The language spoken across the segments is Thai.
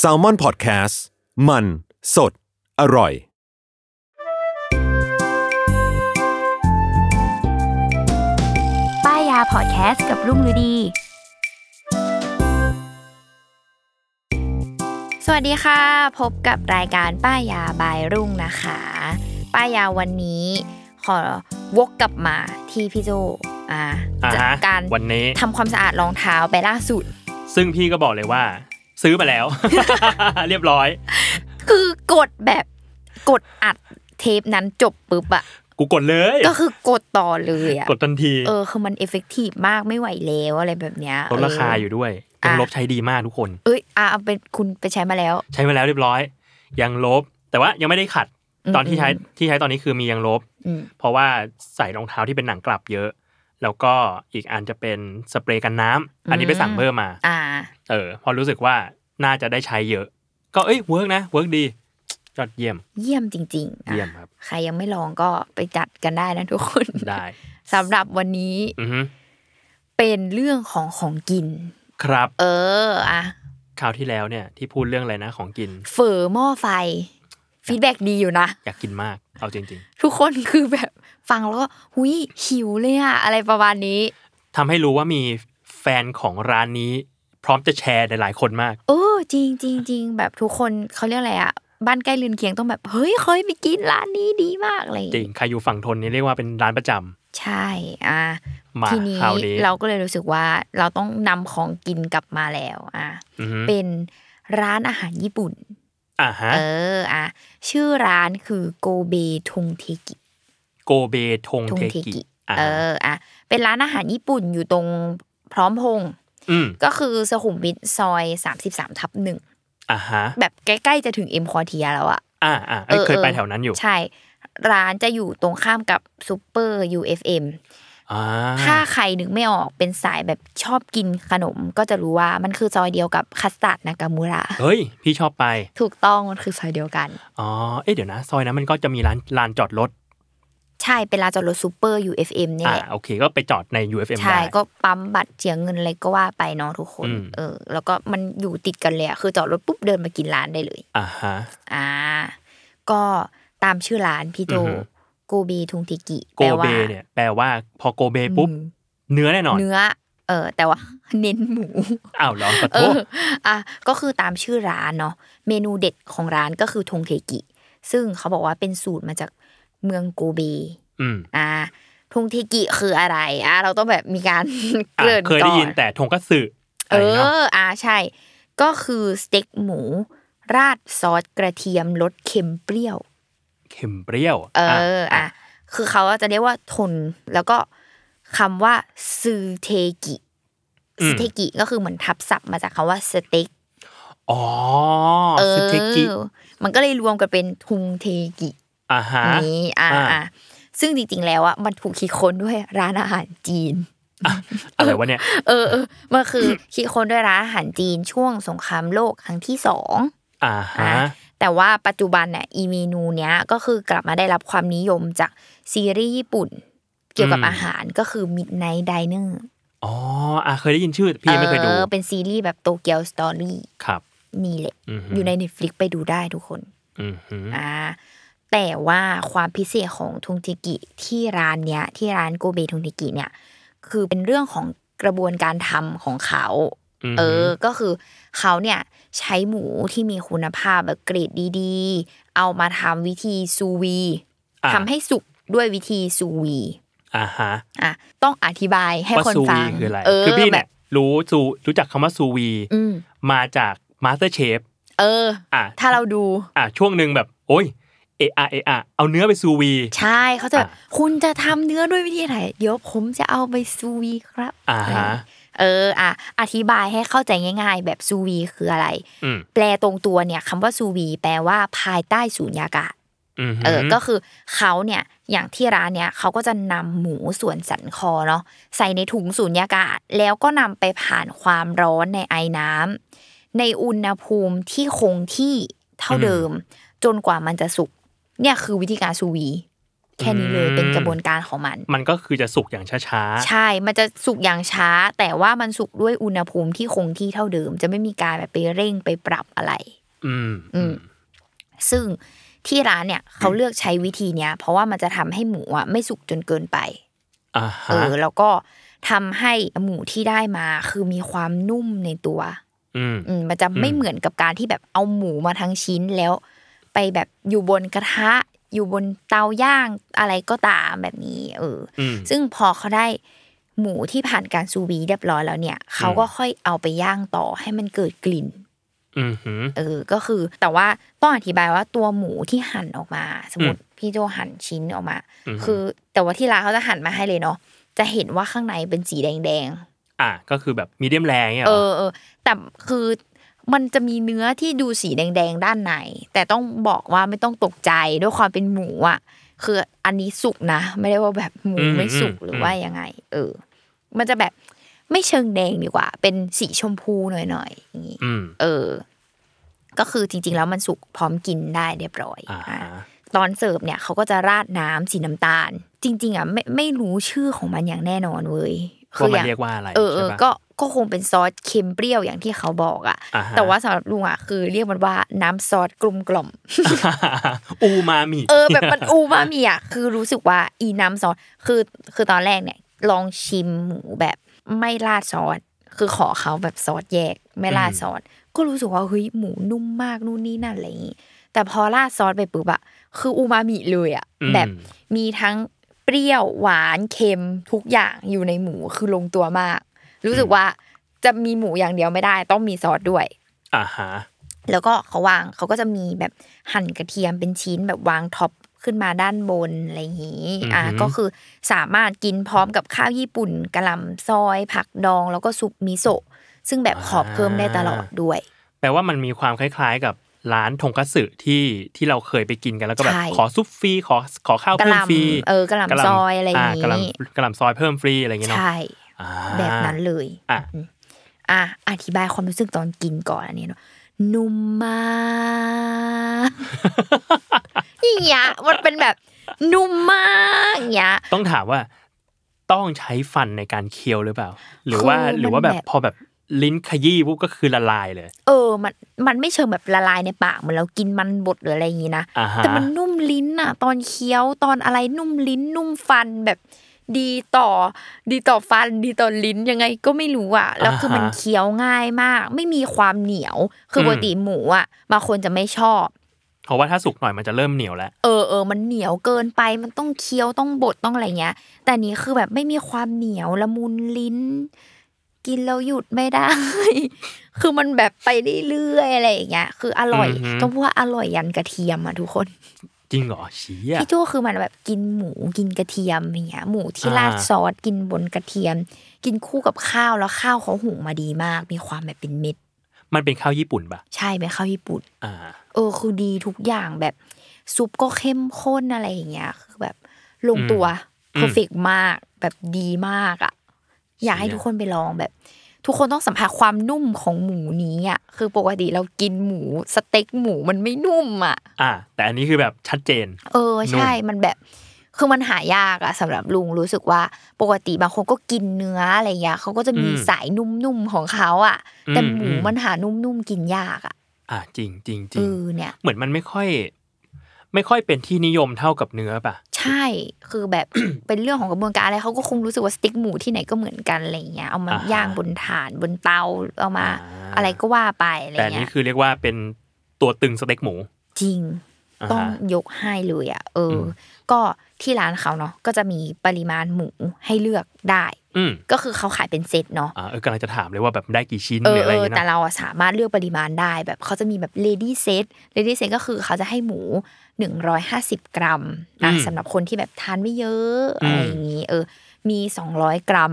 s a l ม o n PODCAST มันสดอร่อย ป้ายยาพอดแคสต์กับรุ่งฤดี สวัสดีค่ะ พบกับรายการป้ายยาบายรุ่งนะคะ ป้ายยาวันนี้ขอวกกลับมาที่พี่โจอ่า อ่า จัด ฮะ การ วันนี้ ทำความสะอาดรองเท้าไปล่าสุด ซึ่งพี่ก็บอกเลยว่า ซื้อมาแล้ว เรียบร้อย คือกดแบบกดอัดเทปนั้นจบปุ๊บอะ กูกดเลย ก็คือกดต่อเลยอะ กดทันที เออคือมันเอฟเฟกตีฟมากไม่ไหวแล้วอะไรแบบเนี้ย ลดราคาอยู่ด้วยยังลบใช้ดีมากทุกคน เอ้ยอ่ะเอาเป็นคุณไปใช้มาแล้ว ใช้มาแล้วเรียบร้อย ยังลบ แต่ว่ายังไม่ได้ขัด อืม ตอนที่ใช้ อืม ที่ใช้ตอนนี้คือมียังลบ อืม เพราะว่าใส่รองเท้าที่เป็นหนังกลับเยอะ แล้วก็อีกอันจะเป็นสเปรย์กันน้ำอันนี้ไปสั่งเพิ่มมา อ่า เออเพอรู้สึกว่าน่าจะได้ใช้เยอะ ก็เอ้ยเวิร์กนะเวิร์กดียอดเยี่ยม เยี่ยมจริงๆ เยี่ยม อ่ะ ครับ ใครยังไม่ลองก็ไปจัดกันได้นะทุกคน ได้ สำหรับวันนี้ อือฮึ เป็นเรื่องของของกิน ครับ เอออะ คราวที่แล้วเนี่ยที่พูดเรื่องอะไรนะของกิน เฝอหม้อไฟฟีดแบ็ดีอยู่นะ อยากกินมาก เอาจริง ทุกคนคือแบบฟังแล้วก็หุยหิวเลยอะอะไรประมาณนี้ ๆทำให้รู้ว่ามีแฟนของร้านนี้ พร้อมจะแชร์หลายๆคนมาก โอ้จริงจริงจริงแบบทุกคนเขาเรียกอะไรอะบ้านใกล้เรือนเคียงต้องแบบเฮ้ยเคยไปกินร้านนี้ดีมากอะไรอย่าง จริง งี้ ใครอยู่ฝั่งทนนี่เรียกว่าเป็นร้านประจำ ใช่อ่ะ มา ทีนี้ คราวนี้ เราก็เลยรู้สึกว่าเราต้องนำของกินกลับมาแล้วอ่ะ อือฮึ เป็นร้านอาหารญี่ปุ่น อ่าฮะ เอออ่ะชื่อร้านคือโกเบทงเทกิ โกเบทง ทง เท เทกิ กิอ่า เอออ่ะเป็นร้านอาหารญี่ปุ่นอยู่ตรงพร้อมพงษ์ อืม ก็คือสุขุมวิทซอย 33 ทับหนึ่ง อ่าฮะ แบบใกล้ๆจะถึงเอ็มคอเทียแล้วอะ อ่าอ่าเอ้ยเคยไปแถวนั้นอยู่ ใช่ ร้านจะอยู่ตรงข้ามกับซูเปอร์ UFM อ่า ถ้าใครนึกไม่ออกเป็นสายแบบชอบกินขนม ก็จะรู้ว่ามันคือซอยเดียวกับคัสตาร์ดนากามูระ เฮ้ย พี่ชอบไป ถูกต้องมันคือซอยเดียวกัน อ๋อเอ้ยเดี๋ยวนะ ซอยนั้นมันก็จะมีร้านลานจอดรถ ใช่เป็นร้านจอดรถซูเปอร์ UFM เนี่ย อ่า แหละ โอเค ก็ไปจอดใน UFM ใช่ ได้ ก็ปั๊มบัตรเสียเงินอะไรก็ว่าไปเนาะทุกคน อืม เออ แล้วก็มันอยู่ติดกันเลยอะคือจอดรถปุ๊บเดินมากินร้านได้เลย อ่าฮะ อ่า ก็ตามชื่อร้านพี่โจ อือฮึ โกเบทุงติกิ โกเบเนี่ยแปลว่าพอโกเบปุ๊บ อืม เนื้อแน่นอน เนื้อ เออ แต่ว่า เน้นหมู อ้าวเหรอขอ เอ โท อ ษ อ่ะก็คือตามชื่อร้านเนาะเมนูเด็ดของร้านก็คือทงเทกิ ซึ่งเขาบอกว่าเป็นสูตรมาจากเมืองโกเบ อืม อ่าทงเทกิคืออะไรอ่าเราต้องแบบมีการ เก อ่ะ ริ่น เคย ก่ ได้ อ ยิน น แต่ทงกัตสึ เอ อะไรเนาะ ออ่าใช่ ก็คือสเต็กหมู ราดซอสกระเทียมรสเค็มเปรี้ยว เข็มเปรี้ยว เออ อ่ะ อ่ะคือเขาจะเรียกว่าทนแล้วก็คำว่าซือเทกิซอเทกิก็คือเหมือนทับศัพท์มาจากคำว่าสเต็ก อ๋อ เอ ซึเทกิ อ มันก็เลยรวมกันเป็นทุงเทกิ อ่าฮะ นี้อ่า อ่า อ่าซึ่งจริงๆแล้วอ่ะมันถูกคิดค้นด้วยร้านอาหารจีน อะไรวะเนี่ย เออเออมันคือ คิดค้นด้วยร้านอาหารจีนช่วงสงครามโลกครั้งที่สอง อ่าฮะ แต่ว่าปัจจุบันเนี่ยอีเมนูเนี้ยก็คือกลับมาได้รับความนิยมจากซีรีส์ญี่ปุ่น เกี่ยวกับอาหารก็คือ Midnight Diner อ๋ออ่ะเคยได้ยินชื่อพี่ไม่เคยดู ออเป็นซีรีส์แบบโตเกียวสตอรี่ ครับ นี่แหละ ม อยู่ใน Netflix ไปดูได้ทุกคน อืมฮึ อ่าแต่ว่าความพิเศษของทงจิกิที่ร้านเนี้ย ที่ร้านโกเบทงจิกิเนี่ย คือเป็นเรื่องของกระบวนการทำของเขา ม เอ ฮึ อ ก็คือเขาเนี่ยใช้หมูที่มีคุณภาพแบบเกรดดีๆ เอามาทำวิธีซูวี ะ ทำให้สุกด้วยวิธีซูวี อ่าฮะ อ่ะต้องอธิบายให้ ว่า คน ซู ฟั วี ง คืออะไร เออ คือพี่ แบ เนี่ย บ รู้ซูรู้จักคำว่าซูวี อืม มาจากมาสเตอร์เชฟ เออ อ่ะ ถ้าเราดู อ่ะช่วงหนึ่งแบบ โอ้ยเอะอะเอะอะเอาเนื้อไปซูวี ใช่เขาจะแบบ อ่ะ คุณจะทำเนื้อด้วยวิธีไหนเดี๋ยวผมจะเอาไปซูวีครับ อ่าฮะ เอออ่ะอธิบายให้เข้าใจง่าย ๆ แบบซูวีคืออะไร อืม แปลตรงตัวเนี่ยคำว่าซูวีแปลว่าภายใต้สูญญากาศ อืมฮึ เออ ก็คือเขาเนี่ยอย่างที่ร้านเนี่ยเขาก็จะนำหมูส่วนสันคอเนาะใส่ในถุงสูญญากาศ แล้วก็นำไปผ่านความร้อนในไอน้ำในอุณหภูมิที่คงที่เท่าเดิม จนกว่ามันจะสุกเนี่ยคือวิธีการซูวี แค่นี้เลย อืม เป็นกระบวนการของมัน มันก็คือจะสุกอย่างช้า ใช่ มันจะสุกอย่างช้า แต่ว่ามันสุกด้วยอุณหภูมิที่คงที่เท่าเดิม จะไม่มีการแบบไปเร่งไปปรับอะไร ๆอืม อืม ซึ่งที่ร้านเนี่ยเขาเลือกใช้วิธีเนี้ย เพราะว่ามันจะทำให้หมูอ่ะไม่สุกจนเกินไป อ่า เอ ฮะ อ แล้วก็ทำให้หมูที่ได้มาคือมีความนุ่มในตัว อืม อืมมันจะไม่ อืม เหมือนกับการที่แบบเอาหมูมาทั้งชิ้นแล้ว ไปแบบอยู่บนกระทะ อยู่บนเตาย่างอะไรก็ตามแบบนี้เอออ อืม ซึ่งพอเขาได้หมูที่ผ่านการซูวีเรียบร้อยแล้วเนี่ยเขาก็ค่อยเอาไปย่างต่อให้มันเกิดกลิ่น อืมหืม เออ ก็คือแต่ว่าต้องอธิบายว่าตัวหมูที่หั่นออกมา สมมติพี่โจหั่นชิ้นออกมา อือฮึ คือแต่ว่าที่ร้านเขาจะหั่นมาให้เลยเนาะจะเห็นว่าข้างในเป็นสีแดงๆ อ่ะก็คือแบบมีเดียมแรงเนี่ย เอ เหรอ อเออแต่คือมันจะมีเนื้อที่ดูสีแดงๆด้านในแต่ต้องบอกว่าไม่ต้องตกใจด้วยความเป็นหมูอ่ะ คืออันนี้สุกนะ ไม่ได้ว่าแบบหมู อืม ไม่สุก อืม หรือว่ายังไง เออ มันจะแบบไม่เชิงแดงดีกว่า เป็นสีชมพูหน่อยๆอย่างนี้ อืม เออ ก็คือจริงๆแล้วมันสุกพร้อมกินได้เรียบร้อย อ่า อ่ะ ฮะ ตอนเสิร์ฟเนี่ยเขาก็จะราดน้ำสีน้ำตาล จริง ๆอ่ะไม่ไม่รู้ชื่อของมันอย่างแน่นอนเว้ย ว่ามัน ย่าง เรียกว่าอะไร เออเออ ใช่ปะ ก็ก็คงเป็นซอสเค็มเปรี้ยวอย่างที่เขาบอกอ่ะ อ่ฮะ แต่ ว่าสำหรับลุงอ่ะคือเรียกมันว่าน้ำซอสกลมกล่อม อูมามิ เออแบบมันอูมามิอ่ะคือรู้สึกว่าอีน้ำซอสคือคือตอนแรกเนี่ย ลองชิมหมูแบบไม่ราดซอสคือขอเขาแบบซอสแยกไม่ราด อืม ซอสก็รู้สึกว่าเฮ้ยหมูนุ่มมากนู่นนี่นั่นอะไรอย่างงี้แต่พอราดซอสไปปุ๊บอ่ะคืออูมามิเลยอ่ะ อืม แบบ มีทั้งเปรี้ยวหวานเค็มทุกอย่างอยู่ในหมูคือลงตัวมาก รู้สึกว่าจะมีหมูอย่างเดียวไม่ได้ ต้องมีซอสด้วย อ่าฮะ แล้วก็เขาวางเขาก็จะมีแบบหั่นกระเทียมเป็นชิ้นแบบวางท็อปขึ้นมาด้านบนอะไรอย่างนี้อ่ะก็คือสามารถกินพร้อมกับข้าวญี่ปุ่นกะหล่ำซอย ผักดองแล้วก็ซุปมิโซะซึ่งแบบขอบเพิ่มได้ตลอดด้วย แปลว่ามันมีความคล้ายๆกับร้านทงคัตสึที่ที่เราเคยไปกินกันแล้วก็แบบ ใช่ ขอซุปฟรีขอขอข้าว กะ เพิ่ ห ม ล่ ฟรี ำเออกะหล่ำ กะ ซอยอะไรอย่าง ากะห นี้ ล่ำกะหล่ำซอยเพิ่มฟรีอะไรอย่างงี้เนาะ ใช่ อ่า แบบนั้นเลย อ่ะ อืมอ่ะ อธิบายความรู้สึกตอนกินก่อนอันนี้เนอะนุ่มมากอย่างเงี้ยมันเป็นแบบนุ่มมากอย่างเงี้ย ต้องถามว่าต้องใช้ฟันในการเคี้ยวหรือเปล่า หรือว่า คือมัน หรือว่าแบบ แบบ พอแบบลิ้นขยี้ปุ๊บก็คือละลายเลย เออ มัน มันไม่เชิงแบบละลายในปากเหมือนเรากินมันบดหรืออะไรอย่างงี้นะ อ่าฮะ แต่มันนุ่มลิ้นอะตอนเคี้ยวตอนอะไรนุ่มลิ้น นุ่มฟันแบบดีต่อ ดีต่อฟันดีต่อลิ้นยังไงก็ไม่รู้อะแล้วคือมันเคี้ยวง่ายมาก ไม่มีความเหนียว คือปกติหมูอะบางคนจะไม่ชอบ เพราะว่าถ้าสุกหน่อยมันจะเริ่มเหนียวแล้ว เออเออมันเหนียวเกินไปมันต้องเคี้ยวต้องบดต้องอะไรเงี้ย แต่นี้คือแบบไม่มีความเหนียวละมุนลิ้น กินแล้วหยุดไม่ได้ คือมันแบบไปเรื่อยๆอะไรอย่างเงี้ย คืออร่อย อือหือ ต้องพูดว่าอร่อยยันกระเทียมอ่ะทุกคน จริงเหรอเชี้ย พี่โจ้คือมันแบบกินหมูกินกระเทียมอย่างเงี้ยหมูที่ราด อ่า ซอสกินบนกระเทียม กินคู่กับข้าวแล้วข้าวเขาหุงมาดีมาก มีความแบบเป็นเม็ด มันเป็นข้าวญี่ปุ่นปะ ใช่เป็นข้าวญี่ปุ่น อ่า เออคือดีทุกอย่างแบบซุปก็เข้มข้นอะไรอย่างเงี้ย คือแบบลงตัว อืม เพอร์เฟกมากแบบดีมากอ่ะ อยากให้ เชี่ย ทุกคนไปลองแบบ ทุกคนต้องสัมผัสความนุ่มของหมูนี้อ่ะคือปกติเรากินหมูสเต็กหมูมันไม่นุ่มอ่ะ อ่า แต่อันนี้คือแบบชัดเจน เออใช่มันแบบ คือมันหายากอะสำหรับลุงรู้สึกว่าปกติบางคนก็กินเนื้ออะไรอย่างเงี้ยเขาก็จะมี อืม สายนุ่มๆของเขาอ่ะ แต่ อืม หมู อืม มันหานุ่มๆกินยากอ่ะ อ่าจริงจริงจ เอ ริง อเนี่ย เหมือนมันไม่ค่อย ไม่ค่อยเป็นที่นิยมเท่ากับเนื้อป่ะ ใช่ คือ แบบ เป็นเรื่องของกระบวนการอะไรเขาก็คงรู้สึกว่าสติ๊กหมูที่ไหนก็เหมือนกันอะไรอย่างเงี้ย เอามา อ่าฮะ ย่างบนถ่านบนเตาเอามา อ่า อะไรก็ว่าไปอะไร แต่อัน เงี้ นี้ ย คือเรียกว่าเป็นตัวตึงสเต็กหมู จริง า ต้อง ฮะ ยกให้เลยอ่ะ เอออ ม ก็ที่ร้านเขาเนาะ ก็จะมีปริมาณหมูให้เลือกได้ อืม ก็คือเขาขายเป็นเซตเนาะ อ่าเออกำลังจะถามเลยว่าแบบได้กี่ชิ้น เอ หรือ ออะไร เอ ออย่างเงี้ย แต่ นะ เราอะสามารถเลือกปริมาณได้แบบเขาจะมีแบบเลดี้เซตเลดี้เซตก็คือเขาจะให้หมู 150 กรัมนะสำหรับคนที่แบบทานไม่เยอะอะไรอย่างนี้เออมี 200 กรัม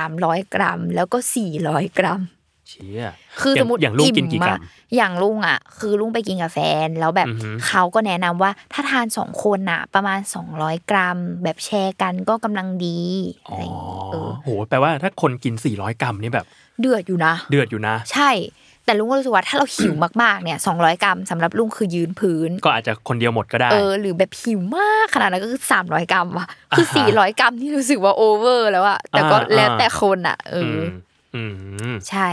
300 กรัม แล้วก็ 400 กรัม เชี่ย คือสอย่ามงมติ อย่างลูกกินกี่กรั อะ ม อย่างลุงอ่ะ คือลุงไปกินกับแฟน แล้วแบบ อือหือ เขาก็แนะนำว่าถ้าทานสองคนน่ะ ประมาณ 200 กรัม แบบแชร์กันก็กำลังดีอะ อ๋อ ไรอย่างนี้เออ โหแปลว่าถ้าคนกิน 400 กรัมนี่แบบ เดือดอยู่นะ เดือดอยู่นะ ใช่ แต่ลุงก็รู้สึกว่าถ้าเราหิวมากๆเนี่ยสองร้อยกรัมสำหรับลุงคือยืนพื้น ก็อาจจะคนเดียวหมดก็ได้ เออหรือแบบหิวมากขนาดนั้นก็คือสามร้อยกรัมอะคือ อ่าฮะ สี่ร้อยกรัมที่รู้สึกว่าโอเวอร์แล้วอะแต่ก็ อ่า แล้วแต่คนอะเออ ม อ อืม ใช่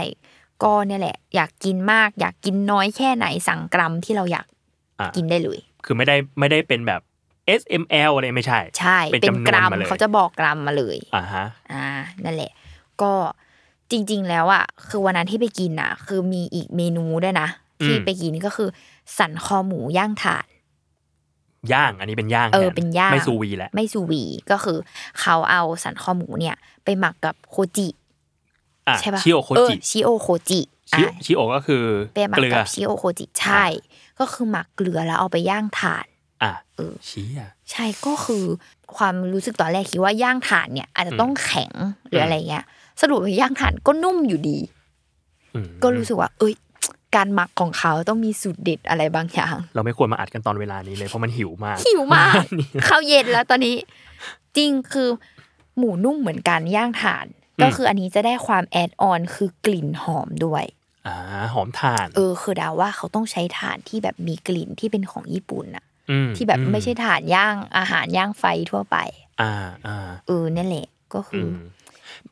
ก็เนี่ยแหละ อยากกินมาก อยากกินน้อยแค่ไหนสั่งกรัมที่เราอยาก อ่ะ กินได้เลย คือไม่ได้ไม่ได้เป็นแบบ S M L อะไรไม่ใช่ ใช่ เป็น เป็น จำนวน กรัม มาเลย เขาจะบอกกรัมมาเลย อ่าฮะ อ่านั่นแหละ ก็จริง ๆ แล้วอ่ะคือวันนั้นที่ไปกินอ่ะ คือมีอีกเมนูด้วยนะ อืม ที่ไปกินก็คือ สันคอหมูย่างถาด ย่าง อันนี้เป็นย่าง เออ แท เป็นย่าง ไม่ซูวีแล้ว ไม่ซูวีก็คือ เขาเอาสันคอหมูเนี่ย ไปหมักกับโคจิ อ่ะ ใช่ปะ ชิโอโค เอ จิ ชิโอโคจิอ่ะ ชิโอชิโอก็คือ ไปหมัก เกลือ กับชิโอโคจิใช่ ก็คือหมักเกลือแล้วเอาไปย่างถาด อ่ะ เออ ชี้อ่ะ ใช่ก็คือความรู้สึกตอนแรกคิดว่าย่างถ่านเนี่ย อาจจะต้องแข็งหรืออะไรเงี้ยสรุปว่าย่างถ่านก็นุ่มอยู่ดี อืม ก็รู้สึกว่า เอ้ย การหมักของเขาต้องมีสูตรเด็ดอะไรบางอย่าง เราไม่ควรมาอัดกันตอนเวลานี้เลยเพราะมันหิวมาก หิวมาก ข้าวเย็นแล้วตอนนี้ จริงคือ หมูนุ่มเหมือนกันย่างถ่าน อืม ก็คืออันนี้จะได้ความแอดออนคือกลิ่นหอมด้วย อ่าหอมถ่าน เออ คือเดาว่าเขาต้องใช้ถ่านที่แบบมีกลิ่นที่เป็นของญี่ปุ่นอะ ม ที่แบบ อื ไม่ใช่ถ่านย่างอาหารย่างไฟทั่วไป อ่าอ่า เออนั่นแหละก็คือือ ม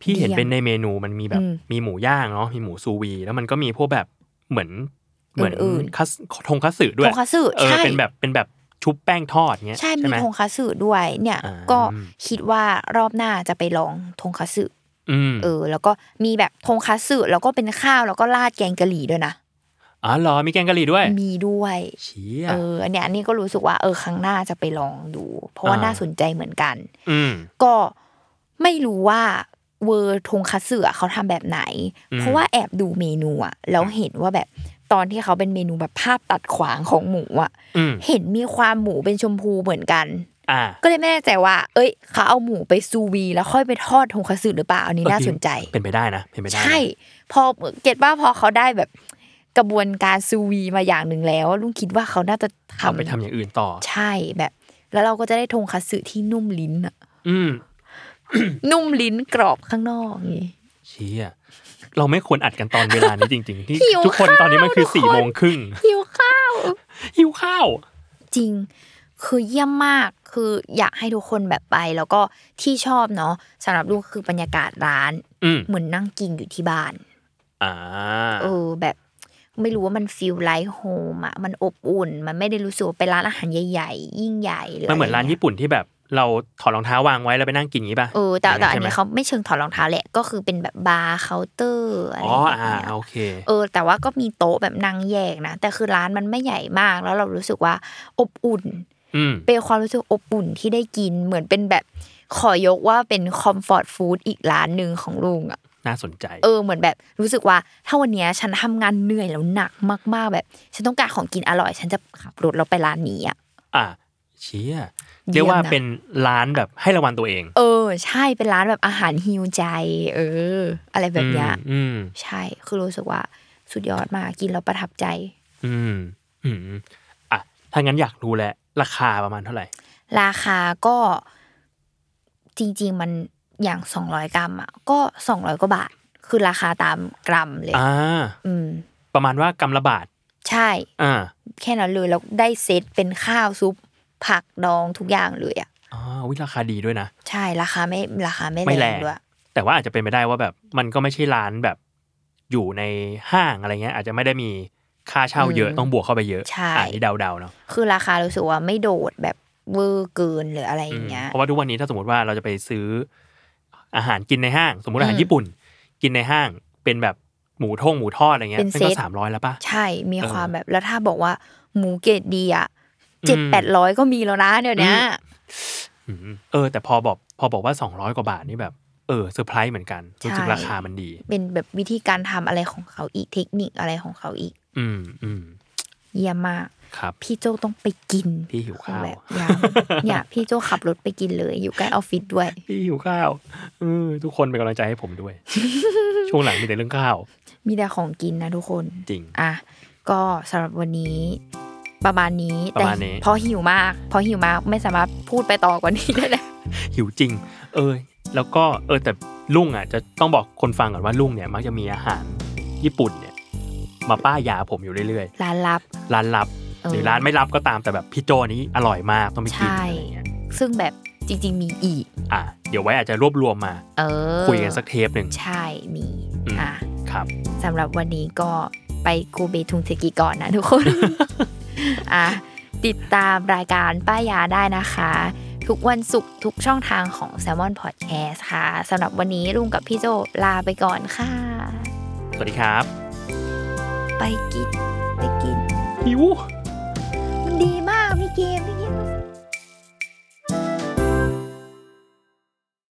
พี่เห็นเป็นในเมนูมันมีแบบ อืม มีหมูย่างเนาะมีหมูซูวี แล้วมันก็มีพวกแบบเหมือนเหมือน อื่น คัสทงคัตสึด้ว ท ย งคัตสึ เออ ใช่ เป็นแบบเป็นแบบชุบแป้งทอดเงี้ย ใช่มี ไหม ทงคัตสึด้วย เนี่ย อ่า ก็คิดว่ารอบหน้าจะไปลองทงคัตสึ อืม เออแล้วก็มีแบบทงคัตสึแล้วก็เป็นข้าวแล้วก็ราดแกงกะหรี่ด้วยนะ อ๋อเหรอมีแกงกะหรี่ด้วย มีด้วย เชี้ย เอออันเนี้ยอันนี้ก็รู้สึกว่าเออครั้งหน้าจะไปลองดู เพราะว่า อ่า น่าสนใจเหมือนกัน อืม ก็ไม่รู้ว่าเวอร์ทงคัตสึอะเขาทำแบบไหน อืม เพราะว่าแอบดูเมนูอะแล้วเห็นว่าแบบตอนที่เขาเป็นเมนูแบบภาพตัดขวางของหมูอะ อืม เห็นมีความหมูเป็นชมพูเหมือนกัน อ่า ก็เลยไม่แน่ใจว่า เอ้ยเขาเอาหมูไปซูวี แล้วค่อยไปทอดทงคัตสึหรือเปล่าอันนี้น่าสนใจ เป็นไปได้นะเป็นไปได้นะ ใช่ พอเก็ตว่าพอเขาได้แบบกระบวนการซูวีมาอย่างหนึ่งแล้ว ลุงคิดว่าเขาน่าจะท เอาไปทำอย่างอื่นต่อ ำใช่แบบ แล้วเราก็จะได้ทงคัตสึที่นุ่มลิ้นอะ อืม นุ่มลิ้นกรอบข้างนอกอย่างงี้ เชี่ยเราไม่ควรอัดกันตอนเวลานี้จริง ๆ ที่ หิว ทุกคน ข้าว ตอนนี้มันคือ ทุกคน สี่โมงครึ่ง หิวข้าว หิวข้าว จริง คือเยี่ยมมากคืออยากให้ทุกคนแบบไป แล้วก็ที่ชอบเนาะสำหรับลูกคือบรรยากาศร้าน อืม เหมือนนั่งกินอยู่ที่บ้าน อ่า เออแบบไม่รู้ว่ามันฟีลไลท์โฮมอ่ะมันอบอุ่น มันไม่ได้รู้สึกว่าเป็นร้านอาหารใหญ่ ๆ ยิ่งใหญ่หรือ มัน อะ เหมือน ไเงี้ย ร้านญี่ปุ่นที่แบบเราถอดรองเท้าวางไว้แล้วไปนั่งกินอย่างนี้ป่ะ เออแต่แต่อันนี้ย่างใช่ไหม เขาไม่เชิงถอดรองเท้าแหละก็คือเป็นแบบบาร์เคาน์เตอร์อะไร อ๋อ แบบ อ่า เนี้ย โอเค เออ แต่ว่าก็มีโต๊ะแบบนั่งแยกนะ แต่คือร้านมันไม่ใหญ่มากแล้วเรารู้สึกว่าอบอุ่น อืม เป็นความรู้สึกอบอุ่นที่ได้กินเหมือนเป็นแบบขอยกว่าเป็นคอมฟอร์ตฟู้ดอีกร้านหนึ่งของลุงอ่ะ น่าสนใจ เออเหมือนแบบรู้สึกว่าถ้าวันเนี้ยฉันทำงานเหนื่อยแล้วหนักมาก ๆ แบบ ฉันต้องการของกินอร่อย ฉันจะขับรถเราไปร้านนี้อ่ะ อ่าเชี่ย เยี่ยมนะ เรียกว่าเป็นร้านแบบให้รางวัลตัวเอง เออ ใช่เป็นร้านแบบอาหารฮิวใจ เออ อะไรแบบเนี้ย อืม ใช่ คือรู้สึกว่าสุดยอดมากกินแล้วประทับใจ อืมอืมอืมอ่ะถ้างั้นอยากรู้แหละ ราคาประมาณเท่าไหร่ ราคาก็จริง ๆ มันอย่าง 200 กรัมอ่ะ ก็ 200กว่าบาท คือราคาตามกรัมเลย อ่า อืม ประมาณว่ากำละบาท ใช่ อ่า แค่นั้นเลย แล้วได้เซตเป็นข้าวซุป ผักดองทุกอย่างเลยอ่ะ อ๋อวิราคาดีด้วยนะ ใช่ ราคาไม่ราคาไม่ ไม่ แร แรง ง ด้วย แต่ว่าอาจจะเป็นไปได้ว่าแบบมันก็ไม่ใช่ร้านแบบอยู่ในห้างอะไรเงี้ย อาจจะไม่ได้มีค่าเช่าเยอะ อืม ต้องบวกเข้าไปเยอะ ใช่ อ่านี่เดาๆเนาะ คือราคารู้สึกว่าไม่โดดแบบเวอร์เกินหรืออะไรอ อืม ย่างเงี้ย เพราะว่าทุกวันนี้ถ้าสมมติว่าเราจะไปซื้ออาหารกินในห้าง สมมติอาหาร อืม ญี่ปุ่น กินในห้างเป็นแบบหมูทงหมูทอดอะไรเงี้ย เป็น มัน เซ ก็ ต สามร้อยแล้วป่ะ ใช่ มี เออ ความแบบ แล้วถ้าบอกว่าหมูเกรดดีอ่ะเจ็ด อืม แปดร้อยก็มีแล้วนะเดี๋ยวเนี้ย อืม อืมเออ แต่พอบอกพอบอกว่าสองร้อยกว่าบาทนี่แบบเออเซอร์ไพรส์เหมือนกันรู้สึก ใช่ ราคามันดี เป็นแบบวิธีการทำอะไรของเขาอีกเทคนิคอะไรของเขาอีก อืมอืม เยี่ยมมาก ครับ พี่โจต้องไปกิน พี่หิวข้าว แบบ อยากอยากพี่โจขับรถไปกินเลย อยู่ใกล้ออฟฟิศด้วย พี่หิวข้าวเออทุกคนเป็นกำลังใจให้ผมด้วย ช่วงหลังมีแต่เรื่องข้าว มีแต่ของกินนะทุกคน จริง อ่ะก็สำหรับวันนี้ ประมาณนี้ ประมาณนี้ แต่เพอหิวมากเพอหิวมากไม่สามารถพูดไปต่อกว่านี้ได้แล้ว หิวจริง เออ แล้วก็เออแต่ลุงอ่ะจะต้องบอกคนฟังก่อนว่าลุงเนี่ยมักจะมีอาหารญี่ปุ่นเนี่ย มาป้ายยาผมอยู่เรื่อย ร้านลับ ๆ ร้านลับ เออ หรือร้านไม่รับก็ตามแต่แบบพี่โจนี้อร่อยมากต้องไปกิน ใช่ อะไรเงี้ย ซึ่งแบบจริง ๆ มีอีก อ่ะเดี๋ยวไว้อาจจะรวบรวมมา เออ คุยกันสักเทปหนึ่ง ใช่มี อืม อ่ะ ครับ สำหรับวันนี้ก็ไปกูเบทุงเซกิก่อนนะทุก คน อ่ะติดตามรายการป้ายยาได้นะคะ ทุกวันศุกร์ทุกช่องทางของ s ซ l m o n Podcast ค่ะสำหรับวันนี้ลุงกับพี่โจลาไปก่อนค่ะ สวัสดีครับ ไปกิน ไปกิน หิว มันดีมากพี่เกมพี่เกม